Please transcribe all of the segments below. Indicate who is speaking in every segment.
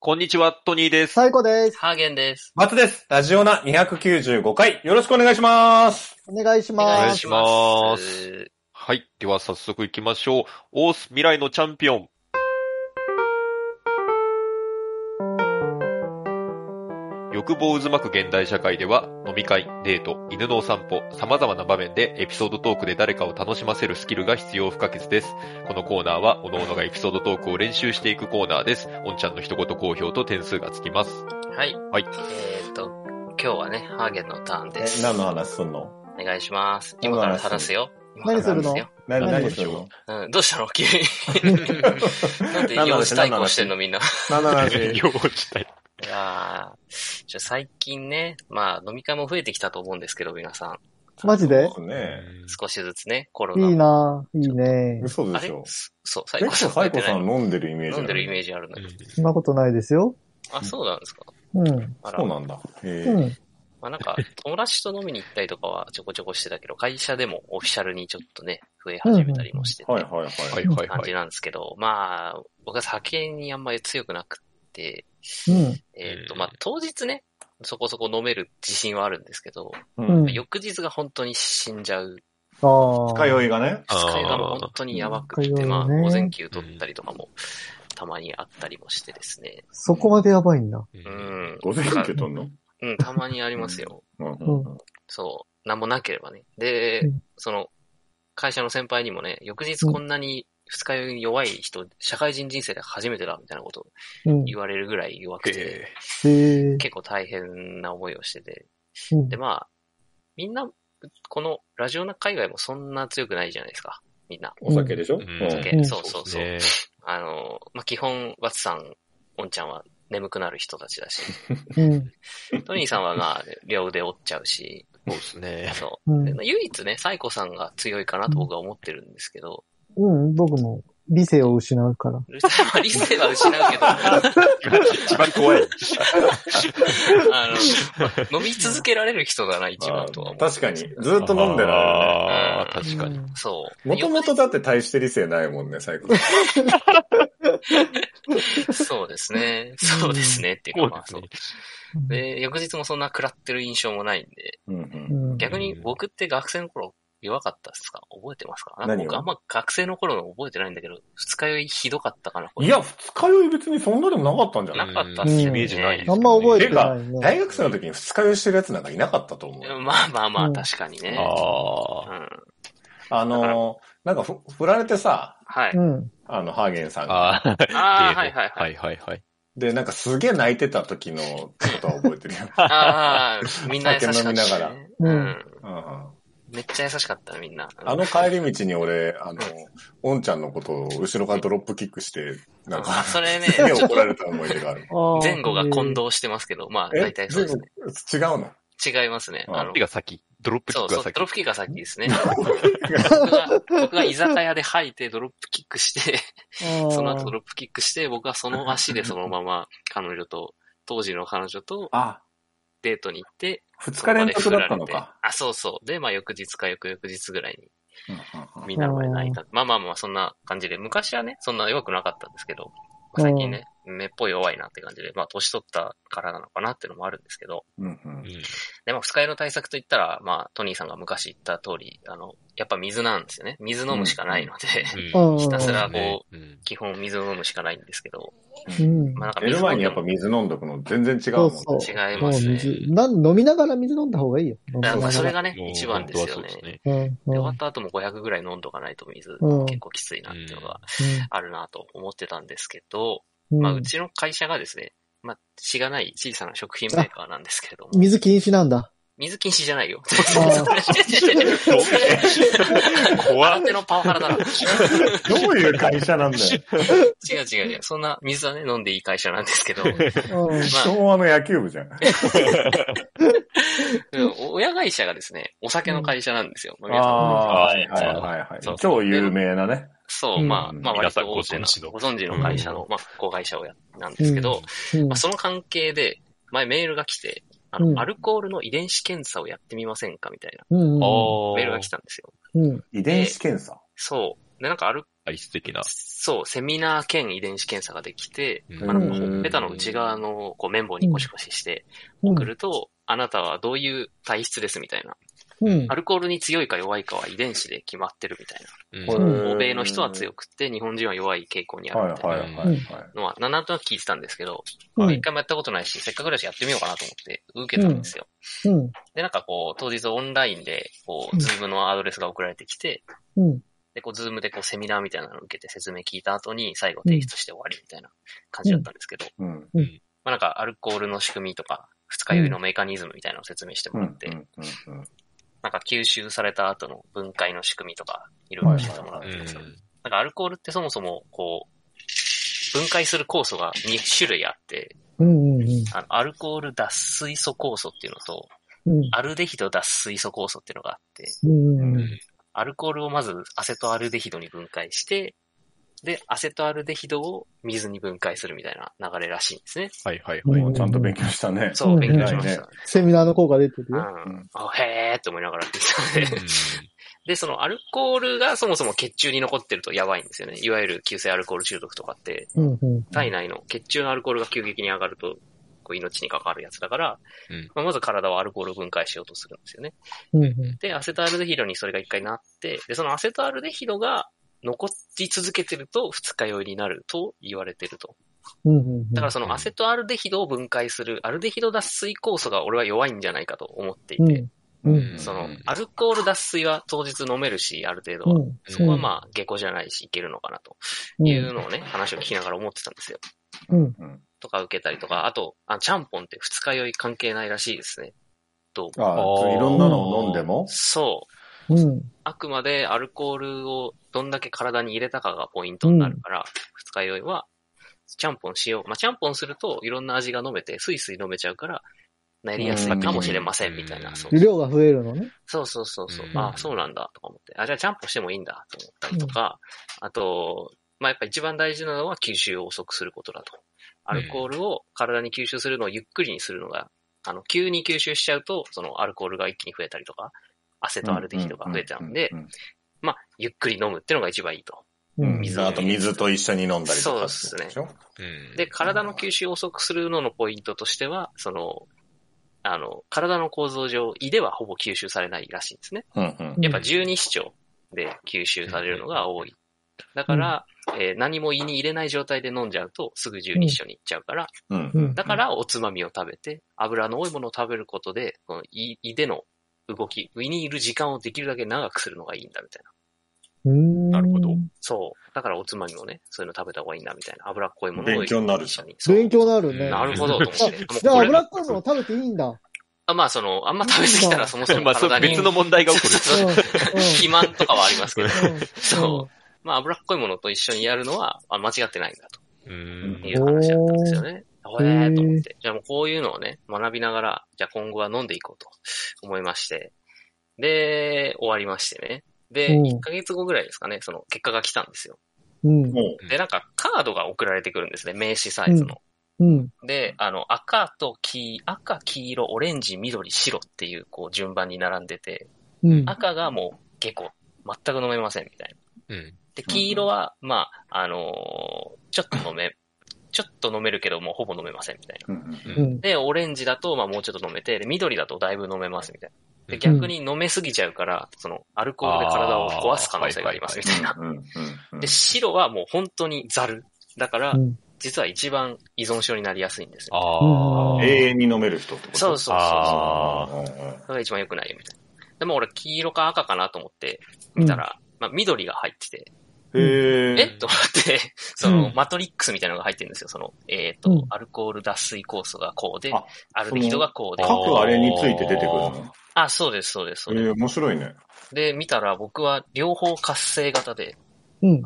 Speaker 1: こんにちは、トニーです。
Speaker 2: 最高です。
Speaker 3: ハーゲンです。
Speaker 4: 松です。ラジオナ295回、よろしくお願いします。
Speaker 2: お願いし
Speaker 3: お願
Speaker 2: ま
Speaker 3: い
Speaker 2: す。
Speaker 3: します。
Speaker 1: はい。では早速行きましょう。オース未来のチャンピオン。欲望渦巻く現代社会では、飲み会、デート、犬のお散歩、様々な場面でエピソードトークで誰かを楽しませるスキルが必要不可欠です。このコーナーは、おののがエピソードトークを練習していくコーナーです。おんちゃんの一言好評と点数がつきます。
Speaker 3: はい。
Speaker 1: はい。
Speaker 3: えっ、と、今日はね、ハーゲンのターン
Speaker 4: え
Speaker 3: で、す。
Speaker 4: 何の話すんの
Speaker 3: お願いします。今から話すよ。
Speaker 2: 何するの
Speaker 3: 今か
Speaker 4: 何、
Speaker 2: 何
Speaker 4: 何するの
Speaker 3: ら話すようん、どうしたの急に。なんで
Speaker 4: 何の
Speaker 3: 用
Speaker 4: 話
Speaker 3: 紙対抗してんのみんな。
Speaker 4: 何の話
Speaker 1: 用意したい。
Speaker 3: いやーじゃあ最近ね、まあ飲み会も増えてきたと思うんですけど、皆さん。
Speaker 2: マジで
Speaker 4: ね
Speaker 3: 少しずつね、コロ
Speaker 2: い
Speaker 3: ナ。
Speaker 2: いないいね。
Speaker 4: 嘘
Speaker 3: あ
Speaker 4: でし
Speaker 3: れ
Speaker 4: ょ。
Speaker 3: そう、最
Speaker 4: 結
Speaker 3: 高さ
Speaker 4: 構
Speaker 3: ん。
Speaker 4: サイコさん飲んでるイメージある。
Speaker 3: 飲んでるイメージあるの
Speaker 1: う
Speaker 3: よ。
Speaker 1: ん
Speaker 2: そんなことないですよ。
Speaker 3: あ、そうなんですか。
Speaker 2: うん。
Speaker 3: あら
Speaker 4: そう。なんだ。へ
Speaker 2: う
Speaker 4: ー
Speaker 2: ん。
Speaker 3: まあなんか、友達と飲みに行ったりとかはちょこちょこしてたけど、会社でもオフィシャルにちょっとね、増え始めたりもしてて、
Speaker 4: はいはいは。
Speaker 1: はいいはい
Speaker 3: 感
Speaker 1: は
Speaker 3: じ
Speaker 1: い。
Speaker 3: なんですけど、まあ、僕は酒にあんまり強くなくって、
Speaker 2: うん。
Speaker 3: えっ、と、
Speaker 1: うん
Speaker 3: まあ当日ね、そこそこ飲める自信はあるんですけど、
Speaker 2: うん
Speaker 3: 翌日が本当に死んじゃう。
Speaker 2: あ
Speaker 4: 二日
Speaker 2: あ。
Speaker 4: 酔いがね。
Speaker 1: あー
Speaker 3: 二日酔いがもう本当にやばく
Speaker 2: 二
Speaker 3: っ
Speaker 2: 日酔
Speaker 3: て、
Speaker 2: いね
Speaker 3: まあ、午前休取ったりとかも、たまにあったりもしてですね。
Speaker 2: そこまでやばいんだ。
Speaker 1: う
Speaker 3: うんん。
Speaker 4: 午前休とんの
Speaker 3: うん、たまにありますよ。
Speaker 4: うんうんんうん
Speaker 3: そう。なんもなければね。で、
Speaker 2: うん
Speaker 3: その、会社の先輩にもね、翌日
Speaker 2: うん
Speaker 3: こんなに二日酔いに弱い人、社会人人生で初めてだ、みたいなことを
Speaker 2: うん。
Speaker 3: 言われるぐらい弱くて、
Speaker 1: え
Speaker 2: へえ。
Speaker 3: 結構大変な思いをしてて。
Speaker 2: うん
Speaker 3: で、まあ、みんな、このラジオの海外もそんな強くないじゃないですか。みんな。
Speaker 4: お酒でしょ
Speaker 1: うん
Speaker 4: うん
Speaker 1: お
Speaker 3: 酒
Speaker 2: うん
Speaker 3: そうそうそう。
Speaker 1: ね
Speaker 3: あの、まあ、基本、バツさん、オンちゃんは眠くなる人たちだし、
Speaker 2: うん。
Speaker 3: トニーさんはまあ、 両腕折っちゃうし、
Speaker 1: そうですね。
Speaker 3: そうう。で
Speaker 2: ん。
Speaker 3: まあ唯一ね、サイコさんが強いかなと僕は思ってるんですけど、
Speaker 2: うん。僕も理性を失うから。
Speaker 3: ルセは理性は失うけど、あ
Speaker 1: 一番怖い。
Speaker 3: の、飲み続けられる人だな、一番とは
Speaker 4: あ
Speaker 3: 思
Speaker 4: ー
Speaker 3: う。
Speaker 4: 確かに。ずっと飲んでら
Speaker 1: あ
Speaker 3: うん
Speaker 1: あ、確かに。
Speaker 3: そう。
Speaker 4: れるね。もともとだって大して理性ないもんね、サイコさ
Speaker 3: そうですね。そうですね。っていうか、まあ、そう。
Speaker 2: うん。
Speaker 3: で、翌日もそんな食らってる印象もないんで、
Speaker 4: ん。うんう
Speaker 2: うんん。
Speaker 3: 逆に僕って学生の頃弱かったですか覚えてますかなんか
Speaker 4: 何を
Speaker 3: 僕あんま学生の頃の覚えてないんだけど、二日酔いひどかったかな。これ
Speaker 4: いや、、二日酔い別にそんなでもなかったんじゃ
Speaker 3: な
Speaker 4: ない
Speaker 3: かったっす
Speaker 2: うん
Speaker 3: ね。
Speaker 2: イメー
Speaker 1: ジない
Speaker 2: あんま覚えてないね。
Speaker 4: 大学生の時に二日酔いしてるやつなんかいなかったと思う。
Speaker 3: まあまあま
Speaker 2: う
Speaker 3: あ、
Speaker 2: ん
Speaker 3: 確かにね。
Speaker 1: ああ。
Speaker 3: うん
Speaker 4: あのー、なんかふ振られてさ、
Speaker 3: はい。
Speaker 2: うん。
Speaker 4: あの、ハーゲンさんが。
Speaker 1: ああ、
Speaker 3: ああ、はいはいは。
Speaker 1: はいいはいはい。
Speaker 4: で、なんかすげえ泣いてた時のことは覚え てるよ。
Speaker 3: ああ、みんな優しかった、ね。
Speaker 4: 酒
Speaker 2: み
Speaker 4: 飲
Speaker 2: ながら
Speaker 3: うん。
Speaker 4: うんうん
Speaker 3: めっちゃ優しかった、みんな。
Speaker 4: あの帰り道に俺、あの、おんちゃんのことを後ろからドロップキックして、なん
Speaker 3: あ
Speaker 4: か、
Speaker 3: それね、
Speaker 4: すげえ怒られた思い出がある。
Speaker 2: ああ。
Speaker 3: 前後が混同してますけど、まあ、
Speaker 4: え
Speaker 3: 大体そうですね。
Speaker 4: 全部違うの
Speaker 3: 違いますね。
Speaker 4: あ
Speaker 3: あの
Speaker 1: 手、が先。ドロップキ
Speaker 3: そ
Speaker 1: ッ
Speaker 3: う
Speaker 1: ク
Speaker 3: そ
Speaker 1: が
Speaker 3: う、ドロッ
Speaker 1: 先。
Speaker 3: プキックが先ですね。 僕が僕が居酒屋で吐いてドロップキックして、
Speaker 2: へえ。
Speaker 3: その後
Speaker 2: あ
Speaker 3: ドロップキックして、僕はその足でそのまま彼女と、当時の彼女と
Speaker 4: あ、
Speaker 3: デートに行って、
Speaker 4: 二日連続だった
Speaker 3: その場で振られ
Speaker 4: の
Speaker 3: て
Speaker 4: か。。
Speaker 3: あ、そうそう。で、まあ翌日か翌々日ぐらいに
Speaker 4: うんうんうん
Speaker 3: みんなの前で泣いた。まあまあまあ、そんな感じで、昔はね、そんな弱くなかったんですけど、まあ最近ね、目っぽい弱いなって感じで、まあ年取ったからなのかなっていうのもあるんですけど、
Speaker 4: うんうん
Speaker 3: で、まあ二日酔いの対策といったら、まあトニーさんが昔言った通り、あの、やっぱ水なんですよね。水飲むしかないので、
Speaker 2: ー
Speaker 3: ひたすら
Speaker 1: うん。
Speaker 3: 基本水を飲むしかないんですけど、
Speaker 2: うん。
Speaker 3: まあなんか
Speaker 4: 寝る
Speaker 3: 水飲
Speaker 4: 前
Speaker 3: んで
Speaker 4: にやっぱ
Speaker 3: も
Speaker 4: 水飲んどくの全然違うもんね。
Speaker 2: そうそう
Speaker 3: 違い
Speaker 2: も
Speaker 3: ま
Speaker 2: う
Speaker 3: すね。
Speaker 2: 水、なん、飲みながら水飲んだ方がいいよ。飲み
Speaker 3: だ
Speaker 2: なが
Speaker 3: からま
Speaker 2: ら
Speaker 3: あそれがね、一番ですよね。で
Speaker 2: うん。うん
Speaker 3: 終わった後も500ぐらい飲んどかないと水、
Speaker 2: うん
Speaker 3: 結構きついなっていうのがあるなと思ってたんですけど、
Speaker 2: うん
Speaker 3: まあ、うちの会社がですね、まあ、しがない小さな食品メーカーなんですけれども、
Speaker 2: 水禁止なん だ。
Speaker 3: 水禁止じゃないよ。
Speaker 1: 怖
Speaker 3: 空手のパワハラだな。
Speaker 4: どういう会社なんだよ。
Speaker 3: 違う違う違う。そんな水はね、飲んでいい会社なんですけど、
Speaker 2: うん。
Speaker 4: 昭和の野球部じゃん。
Speaker 3: うん親会社がですね、お酒の会社なんですよ。まあ皆さん
Speaker 4: ああー、
Speaker 3: 皆
Speaker 4: は
Speaker 3: さ
Speaker 4: い
Speaker 3: ん
Speaker 4: はいはい
Speaker 3: そう
Speaker 4: はい。超有名なね。
Speaker 3: そうう、
Speaker 2: ん
Speaker 3: まあ、まあ、割と大手
Speaker 1: 皆
Speaker 3: な
Speaker 1: さんご存知の
Speaker 3: ご存知の会社の、まあ、復興会社をや、なんですけど、
Speaker 2: うん
Speaker 3: まあ、その関係で、前メールが来て、あの、
Speaker 2: うん
Speaker 3: アルコールの遺伝子検査をやってみませんかみたい
Speaker 2: うん。うん
Speaker 1: ああ。
Speaker 3: なメールが来たんですよ。
Speaker 2: うん。
Speaker 4: 遺伝子検査。
Speaker 3: そう。で、なんかアル
Speaker 1: 体質的な。
Speaker 3: そう、セミナー兼遺伝子検査ができて、
Speaker 1: うん
Speaker 3: まあ、なんかほ
Speaker 4: うん
Speaker 3: っぺたの内側のこう綿棒にコシコシして
Speaker 2: うん
Speaker 3: 送ると、あなたはどういう体質ですみたいな。
Speaker 2: うん
Speaker 3: ア。ルコールに強いか弱いかは遺伝子で決まってるみたい
Speaker 1: うん
Speaker 4: うん
Speaker 3: な。欧米の人は強くて、日本人は弱い傾向にあ
Speaker 4: はい
Speaker 3: るみたい
Speaker 4: はい
Speaker 3: な
Speaker 4: はいはい。
Speaker 3: のは、なんとなく聞いてたんですけど、
Speaker 2: う
Speaker 3: まあ
Speaker 2: ん
Speaker 3: 一回もやったことないし、せっかくだしやってみようかなと思って受けたんですよ。
Speaker 2: うん。
Speaker 3: で、なんかこう、当日オンラインで、こ
Speaker 2: う
Speaker 3: う、
Speaker 2: ん
Speaker 3: ズームのアドレスが送られてきて、
Speaker 2: うん。
Speaker 3: で、こう、ズームでこう、セミナーみたいなのを受けて説明聞いた後に、最後提出して終わりみたいな感じだったんですけど、
Speaker 4: うん。
Speaker 3: まあなんか、アルコールの仕組みとか、二日酔いのメカニズムみたいなのを説明して
Speaker 4: う
Speaker 3: も
Speaker 4: ん。う
Speaker 3: ら
Speaker 4: ん
Speaker 3: って、。なんか吸収された後の分解の仕組みとか、いろい
Speaker 4: は
Speaker 3: ろ
Speaker 4: い
Speaker 3: 教えてもらっ
Speaker 1: う
Speaker 3: てるんですよ。
Speaker 1: ん
Speaker 3: なんかアルコールってそもそも、こう、分解する酵素が2種類あって、
Speaker 2: うん。うん。
Speaker 3: あの、アルコール脱水素酵素っていうのと、
Speaker 2: うん。
Speaker 3: アルデヒド脱水素酵素っていうのがあって、
Speaker 2: うん。うん。
Speaker 3: アルコールをまずアセトアルデヒドに分解して、で、アセトアルデヒドを水に分解するみたいな流れらしいんですね。
Speaker 1: はいはい
Speaker 4: うん
Speaker 1: はい。
Speaker 4: もうちゃんと勉強したね。
Speaker 3: そうう、
Speaker 2: ん
Speaker 3: 勉強しました。
Speaker 2: セミナーの効果出てる
Speaker 3: う
Speaker 2: よ。
Speaker 3: ん。あへーって思いながら聞いてたんで。
Speaker 1: う
Speaker 3: で、そのアルコールがそもそも血中に残ってるとやばいんですよね。いわゆる急性アルコール中毒とかって、
Speaker 2: うん。うん。
Speaker 3: 体内の血中のアルコールが急激に上がると、こう命に関わるやつだから、
Speaker 1: うん
Speaker 3: まあまず体はアルコールを分解しようとするんですよね。
Speaker 2: うん。うん。
Speaker 3: で、アセトアルデヒドにそれが一回なって、で、そのアセトアルデヒドが残り続けてると二日酔いになると言われてると。
Speaker 2: うん。
Speaker 3: だからそのアセトアルデヒドを分解するアルデヒド脱水酵素が俺は弱いんじゃないかと思っていて、
Speaker 2: うん。うん。
Speaker 1: ん
Speaker 3: その
Speaker 1: うん
Speaker 3: アルコール脱水は当日飲めるし、ある程度は。
Speaker 2: うん。
Speaker 3: そこはまあ、下戸じゃないし、いけるのかなというのをね、話を聞きながら思ってたんですよ。
Speaker 2: うん。
Speaker 4: うん。
Speaker 3: とか受けたりとか、あと、あちゃんぽんって二日酔い関係ないらしいですね。どうも
Speaker 4: ああ、いろんなのを飲んでも
Speaker 3: そう。
Speaker 2: うん。
Speaker 3: あくまでアルコールをどんだけ体に入れたかがポイントになるから、二日酔いは、ちゃんぽんしよう。まあ、ちゃんぽんするといろんな味が飲めて、スイスイ飲めちゃうから、なりやすいかもしれませ
Speaker 1: うん
Speaker 3: ん、みたいな。そう
Speaker 2: 量が増えるのね。
Speaker 3: そうそうそうそうう。
Speaker 1: ん
Speaker 3: あそうなんだ、とか思って。あ、じゃあちゃんぽんしてもいいんだ、と思ったりとか、あと、まあ、やっぱ一番大事なのは吸収を遅くすることだと。アルコールを体に吸収するのをゆっくりにするのが、あの、急に吸収しちゃうと、そのアルコールが一気に増えたりとか、アセトアルデヒドが増えちゃうんで
Speaker 4: う、ん。
Speaker 3: まあ、ゆっくり飲むってのが一番いいと。
Speaker 4: うん
Speaker 3: 水
Speaker 4: あと水と一緒に飲んだりとか。
Speaker 3: そうです
Speaker 4: ね。
Speaker 1: ん
Speaker 3: で、体の吸収を遅くするののポイントとしては、その、あの、体の構造上、胃ではほぼ吸収されないらしいんですね。
Speaker 4: うんうん。
Speaker 3: やっぱ十二指腸で吸収されるのが多い。だから、えー何も胃に入れない状態で飲んじゃうと、すぐ十二指腸に行っちゃうから、
Speaker 4: うん
Speaker 2: うん。
Speaker 3: だからおつまみを食べて、油の多いものを食べることで、この胃胃での動き、胃にいる時間をできるだけ長くするのがいいんだみたいな。
Speaker 2: うん。
Speaker 3: そう。だからおつまみもね、そういうの食べた方がいいんだみたいな。油っこいものを
Speaker 4: 勉強になるじゃ
Speaker 3: 一緒
Speaker 4: ん
Speaker 3: にそう
Speaker 2: 勉強になるね。
Speaker 3: なるほど、と思って。もう
Speaker 2: じゃあ、
Speaker 3: これ
Speaker 2: 脂っこいもの食べていいんだ。
Speaker 3: あまあ、その、あんま食べ過ぎたらそもそも
Speaker 1: まあ、そ
Speaker 3: 体
Speaker 1: う
Speaker 3: に、
Speaker 1: 別の問題が起こ
Speaker 2: う
Speaker 3: そう
Speaker 2: ん。うん。
Speaker 3: 肥満とかはありま す けど、
Speaker 2: そ
Speaker 3: そう。まあ、脂っこいものと一緒にやるのは、あ間違ってないんだ
Speaker 1: る。う
Speaker 3: と
Speaker 1: ん
Speaker 3: いう話だったんですよね。
Speaker 2: ー
Speaker 3: ほえーと思って。じゃあもうこういうのをね、学びながら、じゃあ今後は飲んでいこうと思いまして。で、終わりましてね。で、
Speaker 2: うん
Speaker 3: 1ヶ月後ぐらいですかね、その結果が来たんですよ。
Speaker 2: う。うん。
Speaker 4: も
Speaker 3: で、なんかカードが送られてくるんですね、名刺サイズの。
Speaker 2: うん。
Speaker 3: で、あの、赤と黄、赤、黄色、オレンジ、緑、白っていう、こう、順番に並んでて、
Speaker 2: うん。
Speaker 3: 赤がもう、結構、全く飲めません、みたいな。
Speaker 1: うん。
Speaker 3: で、黄色は、まあ、あのーちょっと飲め、ちょっと飲めるけど、もうほぼ飲めません、みたいな。
Speaker 4: う、うん
Speaker 2: うん。
Speaker 3: で、オレンジだと、まあもうちょっと飲めて、で、緑だとだいぶ飲めます、みたいな。
Speaker 1: う
Speaker 3: で、
Speaker 1: ん
Speaker 3: 逆に飲めすぎちゃうから、その、アルコールで体を壊す可能性があります、みたいな。
Speaker 4: うんうんうん
Speaker 3: で、白はもう本当にザル。だから
Speaker 2: う、ん。
Speaker 3: 実は一番依存症になりやすいんですよ。
Speaker 1: あ
Speaker 2: うん
Speaker 1: あ。
Speaker 4: 永遠に飲める人ってこと
Speaker 3: そう
Speaker 4: そ
Speaker 3: そうそうそう。
Speaker 1: あ
Speaker 4: うんうん
Speaker 3: それが一番良くないよ、みたいな。でも俺、黄色か赤かなと思って、見たら、まあ、緑が入ってて、
Speaker 4: へ
Speaker 3: え
Speaker 4: え。
Speaker 3: と思って、その、
Speaker 2: うん
Speaker 3: マトリックスみたいなのが入ってるんですよ。その、えっ、と、
Speaker 2: うん
Speaker 3: アルコール脱水酵素がこうで
Speaker 4: あ、
Speaker 3: アルデヒドがこうで。
Speaker 1: その
Speaker 4: 各あれについて出てくる
Speaker 3: あ、そうです、そうです、そうです。
Speaker 4: の。ええ、面白いね。
Speaker 3: で、見たら僕は両方活性型で、
Speaker 2: うん。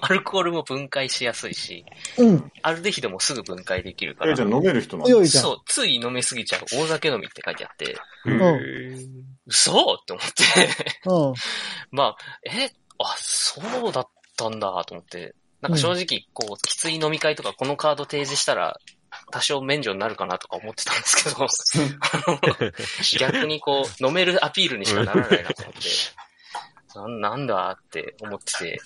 Speaker 3: アルコールも分解しやすいし、
Speaker 2: うん。
Speaker 3: アルデヒドもすぐ分解できるか
Speaker 4: え、
Speaker 3: ら
Speaker 4: じゃ。あ飲める人なんだ
Speaker 2: 強いじゃん。
Speaker 3: そう、つい飲めすぎちゃう。大酒飲みって書いてあって、
Speaker 1: うん
Speaker 2: うん
Speaker 3: 嘘って思って。
Speaker 2: うん。
Speaker 3: まあ、え、あ、そうだったんだと思って、なんか正直、こう、きつい飲み会とかこのカード提示したら、多少免除になるかなとか思ってたんですけど、あの 逆にこう、飲めるアピールにしかならないなと思って、なんなんだって思ってて、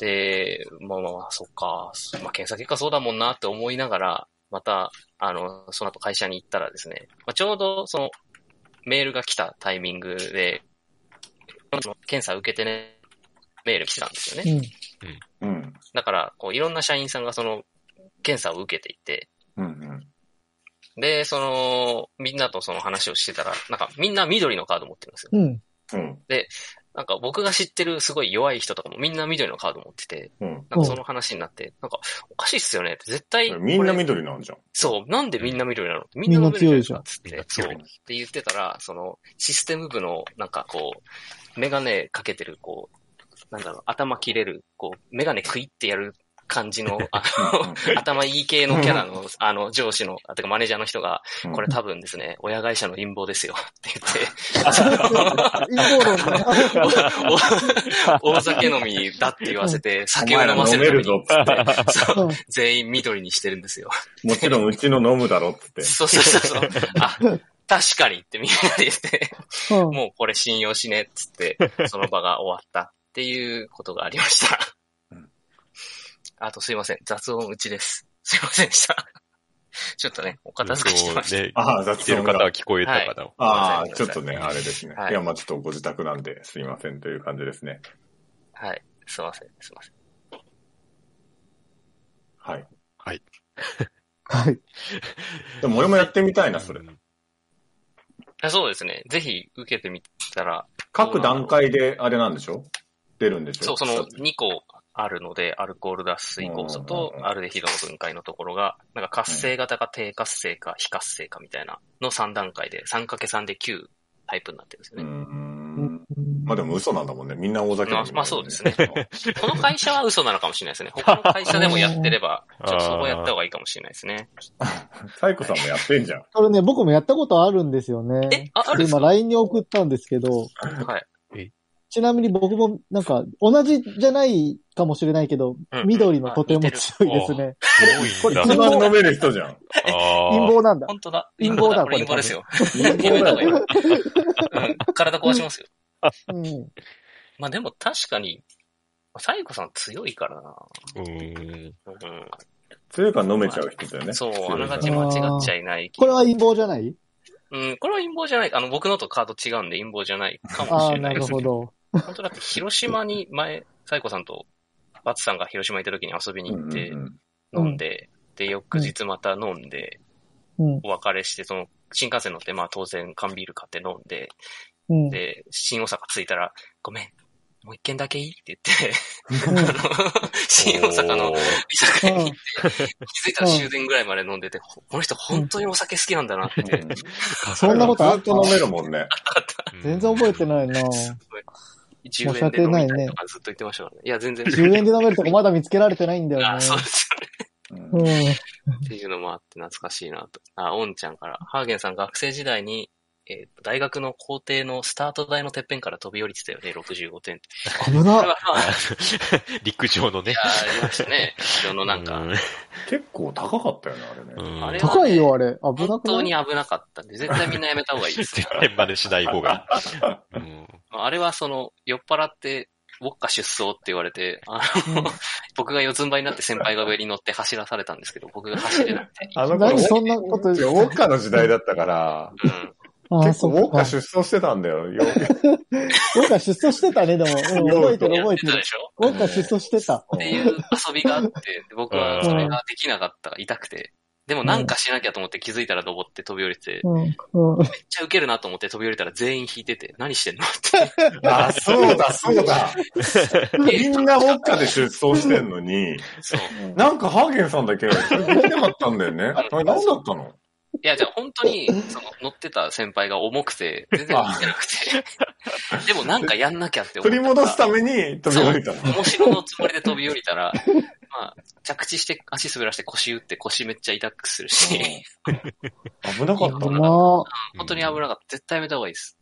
Speaker 3: で、まあまあまあ、そっか、まあ検査結果そうだもんなって思いながら、また、あの、その後会社に行ったらですね、まあ、ちょうどその、メールが来たタイミングで、その検査受けてね、メール来てたんですよね。
Speaker 2: うん。
Speaker 4: うん。
Speaker 3: だから、こう、いろんな社員さんがその、検査を受けていて、
Speaker 4: うんうん。
Speaker 3: で、その、みんなとその話をしてたら、なんかみんな緑のカード持ってるんですよ。
Speaker 2: うん。
Speaker 4: うん。
Speaker 3: なんか僕が知ってるすごい弱い人とかもみんな緑のカード持ってて、
Speaker 4: うん。
Speaker 3: なんかその話になって、なんかおかしいっすよねって絶対、
Speaker 4: みんな
Speaker 3: これ
Speaker 4: 緑なんじゃん。
Speaker 3: そう、なんでみんな緑なのみ
Speaker 2: んな強い
Speaker 3: じ
Speaker 2: じ
Speaker 3: ゃ
Speaker 2: ゃん
Speaker 3: んっつっ
Speaker 1: みん
Speaker 3: て
Speaker 1: な、
Speaker 3: そう。
Speaker 1: 強い
Speaker 3: って言ってたら、その、システム部の、なんかこう、メガネかけてる、こう、なんだろう、頭切れる、こう、メガネクイってやる感じの、 あの、頭いい系のキャラの、あの、上司の、あ、てかマネージャーの人が、
Speaker 4: うん
Speaker 3: これ多分ですね、親会社の陰謀ですよ、って言って、
Speaker 2: 陰謀論だ。
Speaker 3: おお大酒飲みだって言わせて、
Speaker 4: お
Speaker 3: 酒を
Speaker 4: 前
Speaker 3: 飲
Speaker 4: ら
Speaker 3: ませ
Speaker 4: 飲め
Speaker 3: る
Speaker 4: る
Speaker 3: ため
Speaker 4: ぞ
Speaker 3: に、
Speaker 4: っつって。
Speaker 3: そう
Speaker 2: うん
Speaker 3: 全員緑にしてるんです よ。
Speaker 4: もちろんうちの飲むだろっつって。
Speaker 3: そうそうそうそう。あ、確かにってみんなで言って、
Speaker 2: うん
Speaker 3: もうこれ信用しねっつ って、その場が終わったっていうことがありました
Speaker 4: うん。
Speaker 3: あとすいません、雑音うちです。すいませんでした。ちょっとね、お片付けしてました。
Speaker 1: ね、
Speaker 4: ああ、雑
Speaker 1: 来てる
Speaker 4: 音が
Speaker 1: 方は聞こえたかな。
Speaker 4: ああ、ちょっとね、あれですね。
Speaker 3: はい
Speaker 4: い、や、まあちょっとご自宅なんで、すいませんという感じですね。
Speaker 3: はい。すいません、すいません。
Speaker 4: はい。
Speaker 2: はい。
Speaker 4: でも俺もやってみたいな、それ。
Speaker 3: あそうですね。ぜひ受けてみたら、
Speaker 4: 各段階で、あれなんでしょ出るんでし
Speaker 3: そ
Speaker 4: ょ
Speaker 3: う、その2個あるので、アルコール脱水酵素と
Speaker 4: うんうんうん
Speaker 3: アルデヒドの分解のところが、なんか活性型か低活性か非活性かみたいなの3段階で、3×3 で9タイプになってるんですよ
Speaker 4: う
Speaker 3: ね。
Speaker 4: ん。まあでも嘘なんだもんね。みんな大酒飲みなんだもん、
Speaker 3: まあそうですねこの会社は嘘なのかもしれないですね。 他の会社でもやってれば、ちょっとそこやった方がいいかもしれないですね。
Speaker 4: サイコさんもやって んじゃん。
Speaker 2: これね、僕もやったことあるんですよ
Speaker 3: え
Speaker 2: ね。
Speaker 3: ああるんですか
Speaker 2: 今 LINE に送ったんですけど、
Speaker 3: はい。
Speaker 2: ちなみに僕もなんか同じじゃないかもしれないけど、
Speaker 3: うん
Speaker 2: 緑のとても強いですね。
Speaker 1: すごいんだ。
Speaker 4: 一番飲める 人じゃん。
Speaker 2: 陰
Speaker 1: あ
Speaker 2: 謀なんだ。
Speaker 3: 本当だ。
Speaker 2: 陰謀だ
Speaker 3: これ陰謀ですよ。
Speaker 4: 陰謀だ よ、これ。
Speaker 3: うん体壊しますよ。
Speaker 2: うん。
Speaker 3: まあでも確かに、サイコさん強いからな。
Speaker 1: あ。うん。
Speaker 3: うん
Speaker 4: 強いから飲めちゃう人だよね。
Speaker 3: そう、あながち間違っちゃいない。
Speaker 2: これは陰謀じゃない
Speaker 3: うん、これは陰謀じゃない。あの、僕のとカード違うんで陰謀じゃないかも
Speaker 2: あ
Speaker 3: し
Speaker 2: あ、
Speaker 3: れ
Speaker 2: な
Speaker 3: な
Speaker 2: い
Speaker 3: で
Speaker 2: る
Speaker 3: すね。
Speaker 2: ほど。
Speaker 3: 本当だって広島に前、サイコさんとバツさんが広島にいた時に遊びに行って
Speaker 4: うんうんうん
Speaker 3: 飲んで、で、翌日また飲んで、
Speaker 2: うん。
Speaker 3: お別れして、その、新幹線乗って、まあ当然缶ビール買って飲んで、
Speaker 2: うん。
Speaker 3: で、新大阪着いたら、ごめん、もう一軒だけいいって言 って、
Speaker 2: うん
Speaker 3: あの、新大阪の
Speaker 1: おー
Speaker 3: 居酒屋に行って、気づいたら終電ぐらいまで飲んでて、この人本当にお酒好きなんだなって、
Speaker 2: そんなことあった
Speaker 4: ずっと飲めるもんね。
Speaker 2: 全然覚えてないな
Speaker 3: すごい。10円で飲みたいとかずっと言ってましたからね。いや、全然。
Speaker 2: 10円で飲めるとこまだ見つけられてないんだよ
Speaker 3: あ、
Speaker 2: ね。
Speaker 3: そうですよね。
Speaker 4: うん
Speaker 2: うん。
Speaker 3: っていうのもあって懐かしいなと。あ、オンちゃんから。ハーゲンさん学生時代に、えーと大学の校庭のスタート台のてっぺんから飛び降りてたよね、65点って。
Speaker 2: 危
Speaker 3: これ
Speaker 2: な。
Speaker 3: はまあ、
Speaker 1: 陸上のね。
Speaker 3: ありましたね。後ろのなんか、
Speaker 4: 結構高かったよね、あれね。
Speaker 1: うん、
Speaker 3: あ れ
Speaker 2: 高いよ、あれ。危な
Speaker 3: 本
Speaker 2: く
Speaker 3: 当
Speaker 2: な
Speaker 3: に
Speaker 2: い
Speaker 3: 危なかったんで、絶対みんなやめた方がい いです
Speaker 1: 絶
Speaker 3: よ。
Speaker 1: 対真似しない方がいい。うん
Speaker 3: まああれはその、酔っ払って、ウォッカ出走って言われて、あの、 僕が四つん這いになって先輩が上に乗って走らされたんですけど、僕が走れなくて。
Speaker 4: あの頃
Speaker 2: 何、そんなこと。
Speaker 4: ウォッカの時代だったから、
Speaker 3: うん。
Speaker 2: ああ、
Speaker 4: 結
Speaker 2: そ
Speaker 4: 構
Speaker 2: う
Speaker 4: ウォッ
Speaker 2: か
Speaker 4: カ。出走してたんだよ。よ
Speaker 2: ウォッカ出走してたね、 でも。うん覚えてる
Speaker 3: やっ
Speaker 2: 覚えて
Speaker 3: てた
Speaker 2: る
Speaker 3: で。しょ
Speaker 2: ウォッカ出走してた。
Speaker 3: っていう遊びがあって、で僕はそれができなかったから痛くて。でもなんかしなきゃと思って気づいたら登って飛び降りて、めっ
Speaker 2: うん。うん。
Speaker 3: ちゃウケるなと思って飛び降りたら全員引いてて、何してんのって。
Speaker 4: あ、そうだ、そうだ。み んなウォッカで出走してんのに、
Speaker 3: そう。
Speaker 4: なんかハーゲンさんだけ、出なかったんだよね。あれ、なんだったの
Speaker 3: いや、じゃあ本当に、その乗ってた先輩が重くて、全然見てなくて。でもなんかやんなきゃって思っ
Speaker 4: 取
Speaker 3: た
Speaker 4: り
Speaker 3: から。
Speaker 4: 戻すために飛び降りたの。
Speaker 3: 面白のつもりで飛び降りたら、まあ、着地して足滑らして腰打って腰めっちゃ痛くするし、
Speaker 4: 危なかった
Speaker 2: う
Speaker 4: な。
Speaker 2: ま
Speaker 3: 本当に危なかった。絶対やめた方がいいです。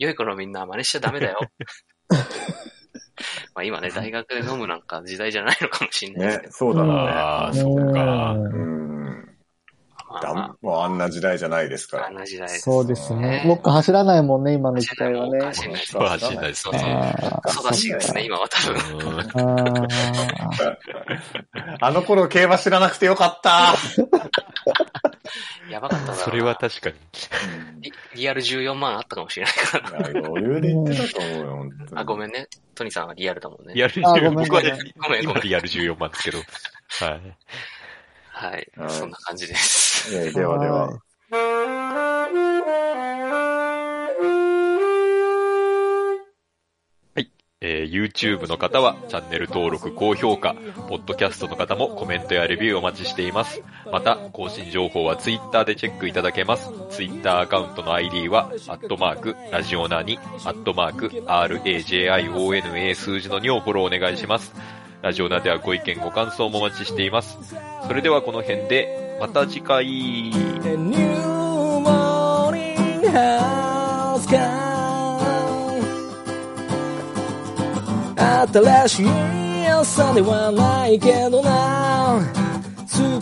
Speaker 3: 良い子のみんな真似しちゃダメだ よ。まあ今ね、大学で飲むなんか時代じゃないのかもしれないです
Speaker 4: ね
Speaker 3: け、ど。
Speaker 4: そうだな。
Speaker 1: ああ、そうか。
Speaker 4: うん。
Speaker 3: まあ
Speaker 4: ダ
Speaker 3: ま
Speaker 4: もうあんな時代じゃないですか
Speaker 3: あ
Speaker 4: ら
Speaker 3: ん。な時代です。
Speaker 2: そうですね。僕走らないもんね、今の時代はね。
Speaker 3: 走らない
Speaker 1: そう走んないです。そうそう
Speaker 2: あ
Speaker 3: クソだしいですね、今は多 分。
Speaker 1: うん
Speaker 2: ーあー
Speaker 4: あの頃競馬知らなくてよかった。
Speaker 3: やばかったな。
Speaker 1: それは確かに。
Speaker 3: リリアル14万あったかもしれないからな。
Speaker 4: いや余裕で言ってたと思うよ、本当に。
Speaker 3: あ、ごめんね。トニーさんはリアルだもんね。
Speaker 1: リアル
Speaker 2: あごめん
Speaker 1: 僕はね
Speaker 3: ごめんご
Speaker 1: 今
Speaker 3: めん
Speaker 1: リアル14万ですけど。はい。
Speaker 3: はい
Speaker 4: は。い
Speaker 3: そんな感じです。
Speaker 4: えーではで
Speaker 2: は
Speaker 4: は。
Speaker 1: えー YouTube の方はチャンネル登録、高評価、Podcast の方もコメントやレビューお待ちしています。また、更新情報は Twitter でチェックいただけます。Twitter アカウントの ID は、アットマーク、ラジオナに、アットマーク、RAJIONA 数字の2をフォローお願いします。ラジオナではご意見、ご感想もお待ちしています。それではこの辺で、また次回。
Speaker 5: A new morning has come 新しい朝ではないけどな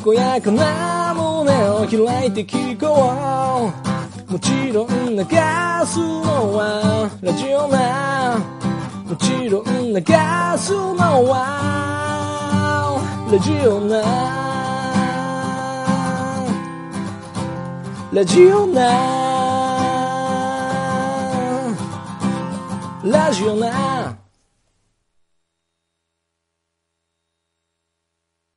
Speaker 5: 健やかな胸を開いて聞こうもちろん流すのはラジオなもちろん流すのはラジオなラジオなラジオな